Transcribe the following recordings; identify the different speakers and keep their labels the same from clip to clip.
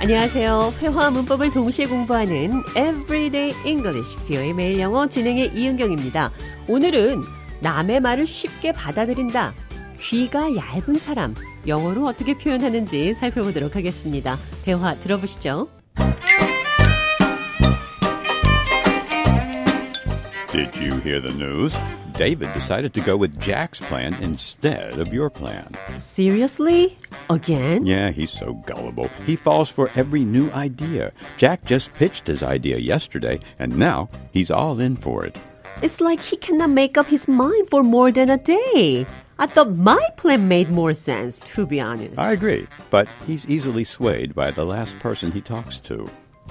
Speaker 1: 안녕하세요. 회화 문법을 동시에 공부하는 Everyday English 뷰의 매일 영어 진행의 이은경입니다. 오늘은 남의 말을 쉽게 받아들인다. 귀가 얇은 사람 영어로 어떻게 표현하는지 살펴보도록 하겠습니다. 대화 들어보시죠.
Speaker 2: Did you hear the news? David decided to go with Jack's plan instead of your plan.
Speaker 1: Seriously? Again?
Speaker 2: Yeah, he's so gullible. He falls for every new idea. Jack just pitched his idea yesterday, and now he's all in for it.
Speaker 1: It's like he cannot make up his mind for more than a day. I thought my plan made more sense, to be honest.
Speaker 2: I agree, but he's easily swayed by the last person he talks to.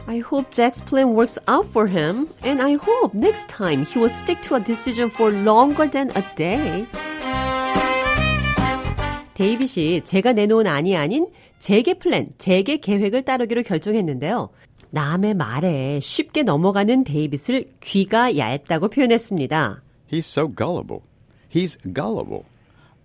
Speaker 1: I hope Jack's plan works out for him, and I hope next time he will stick to a decision for longer than a day. 데이빗이 제가 내놓은 안이 아닌 제게 플랜, 제게 계획을 따르기로 결정했는데요. 남의 말에 쉽게 넘어가는 데이빗을 귀가 얇다고 표현했습니다.
Speaker 2: He's so gullible. He's gullible.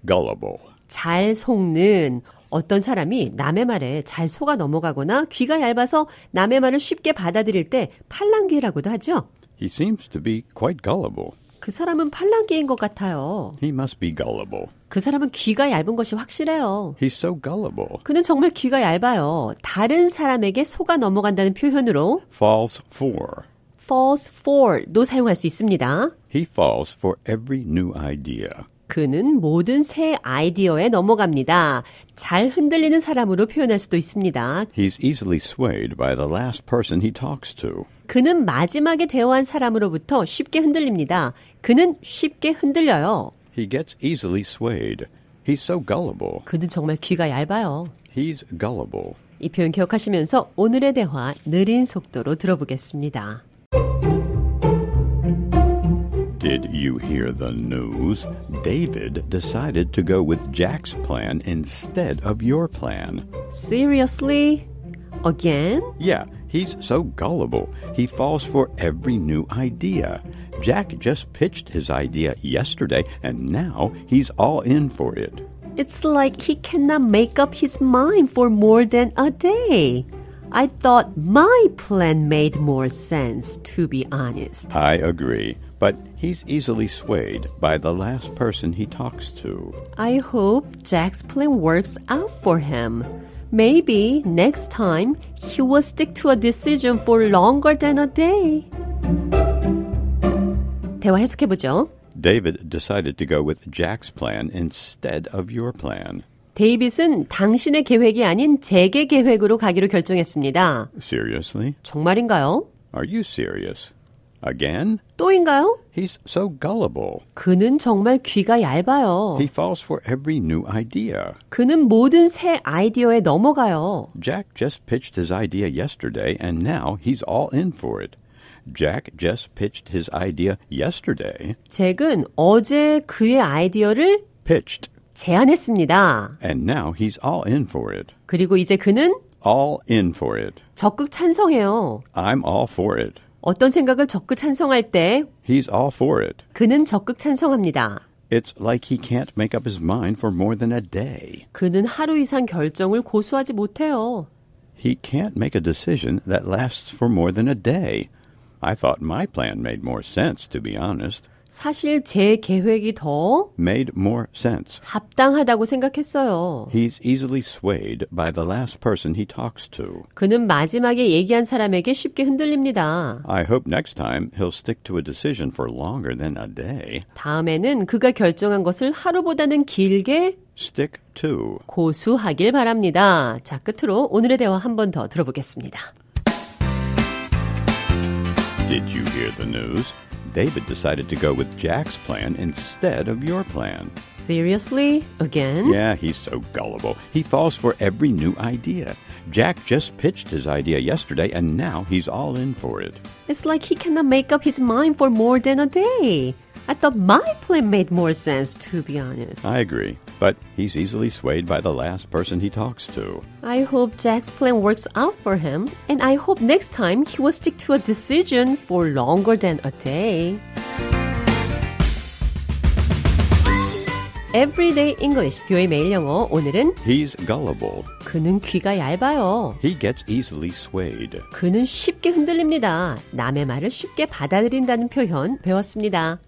Speaker 2: Gullible.
Speaker 1: 잘 속는 어떤 사람이 남의 말에 잘 속아 넘어가거나 귀가 얇아서 남의 말을 쉽게 받아들일 때 팔랑귀라고도 하죠.
Speaker 2: He seems to be quite gullible.
Speaker 1: 그 사람은 팔랑귀인 것 같아요.
Speaker 2: He must be gullible.
Speaker 1: 그 사람은 귀가 얇은 것이 확실해요.
Speaker 2: He's so gullible.
Speaker 1: 그는 정말 귀가 얇아요. 다른 사람에게 속아 넘어간다는 표현으로
Speaker 2: Falls for.
Speaker 1: falls for도 사용할 수 있습니다.
Speaker 2: He falls for every new idea.
Speaker 1: 그는 모든 새 아이디어에 넘어갑니다. 잘 흔들리는 사람으로 표현할 수도 있습니다.
Speaker 2: He's easily swayed by the last person he talks to.
Speaker 1: 그는 마지막에 대화한 사람으로부터 쉽게 흔들립니다. 그는 쉽게 흔들려요.
Speaker 2: He gets easily swayed. He's so gullible.
Speaker 1: 그는 정말 귀가 얇아요.
Speaker 2: He's gullible.
Speaker 1: 이 표현 기억하시면서 오늘의 대화 느린 속도로 들어보겠습니다.
Speaker 2: Did you hear the news? David decided to go with Jack's plan instead of your plan.
Speaker 1: Seriously? Again?
Speaker 2: Yeah, he's so gullible. He falls for every new idea. Jack just pitched his idea yesterday, and now he's all in for it.
Speaker 1: It's like he cannot make up his mind for more than a day. I thought my plan made more sense, to be honest.
Speaker 2: I agree, but he's easily swayed by the last person he talks to.
Speaker 1: I hope Jack's plan works out for him. Maybe next time he will stick to a decision for longer than a day. 대화 해석해보죠.
Speaker 2: David decided to go with Jack's plan instead of your plan.
Speaker 1: 데이빗은 당신의 계획이 아닌 제게 계획으로 가기로 결정했습니다.
Speaker 2: Seriously?
Speaker 1: 정말인가요?
Speaker 2: Are you serious? Again?
Speaker 1: 또인가요?
Speaker 2: He's so gullible.
Speaker 1: 그는 정말 귀가 얇아요.
Speaker 2: He falls for every new idea.
Speaker 1: 그는 모든 새 아이디어에 넘어가요.
Speaker 2: Jack just pitched his idea yesterday, and now he's all in for it. Jack just pitched his idea yesterday.
Speaker 1: 잭은 어제 그의 아이디어를
Speaker 2: Pitched.
Speaker 1: 제안했습니다.
Speaker 2: And now he's all in for it.
Speaker 1: 그리고 이제 그는
Speaker 2: All in for it.
Speaker 1: 적극 찬성해요.
Speaker 2: I'm all for it.
Speaker 1: 어떤 생각을 적극 찬성할 때
Speaker 2: He's all for it.
Speaker 1: 그는 적극 찬성합니다.
Speaker 2: It's like he can't make up his mind for more than a day.
Speaker 1: 그는 하루 이상 결정을 고수하지 못해요.
Speaker 2: He can't make a decision that lasts for more than a day. I thought my plan made more sense, to be honest.
Speaker 1: 사실 제 계획이 더
Speaker 2: Made more sense.
Speaker 1: 합당하다고 생각했어요.
Speaker 2: He's easily swayed by the last person he talks to.
Speaker 1: 그는 마지막에 얘기한 사람에게 쉽게 흔들립니다.
Speaker 2: I hope next time he'll stick to a decision for longer than a day.
Speaker 1: 다음에는 그가 결정한 것을 하루보다는 길게
Speaker 2: Stick to.
Speaker 1: 고수하길 바랍니다. 자, 끝으로 오늘의 대화 한 번 더 들어보겠습니다.
Speaker 2: Did you hear the news? David decided to go with Jack's plan instead of your plan.
Speaker 1: Seriously? Again?
Speaker 2: Yeah, he's so gullible. He falls for every new idea. Jack just pitched his idea yesterday, and now he's all in for it.
Speaker 1: It's like he cannot make up his mind for more than a day. I thought my plan made more sense, to be honest.
Speaker 2: I agree, but he's easily swayed by the last person he talks to.
Speaker 1: I hope Jack's plan works out for him, and I hope next time he will stick to a decision for longer than a day. Everyday English, 뷰의 매일 영어. 오늘은
Speaker 2: He's gullible.
Speaker 1: 그는 귀가 얇아요.
Speaker 2: He gets easily swayed.
Speaker 1: 그는 쉽게 흔들립니다. 남의 말을 쉽게 받아들인다는 표현 배웠습니다.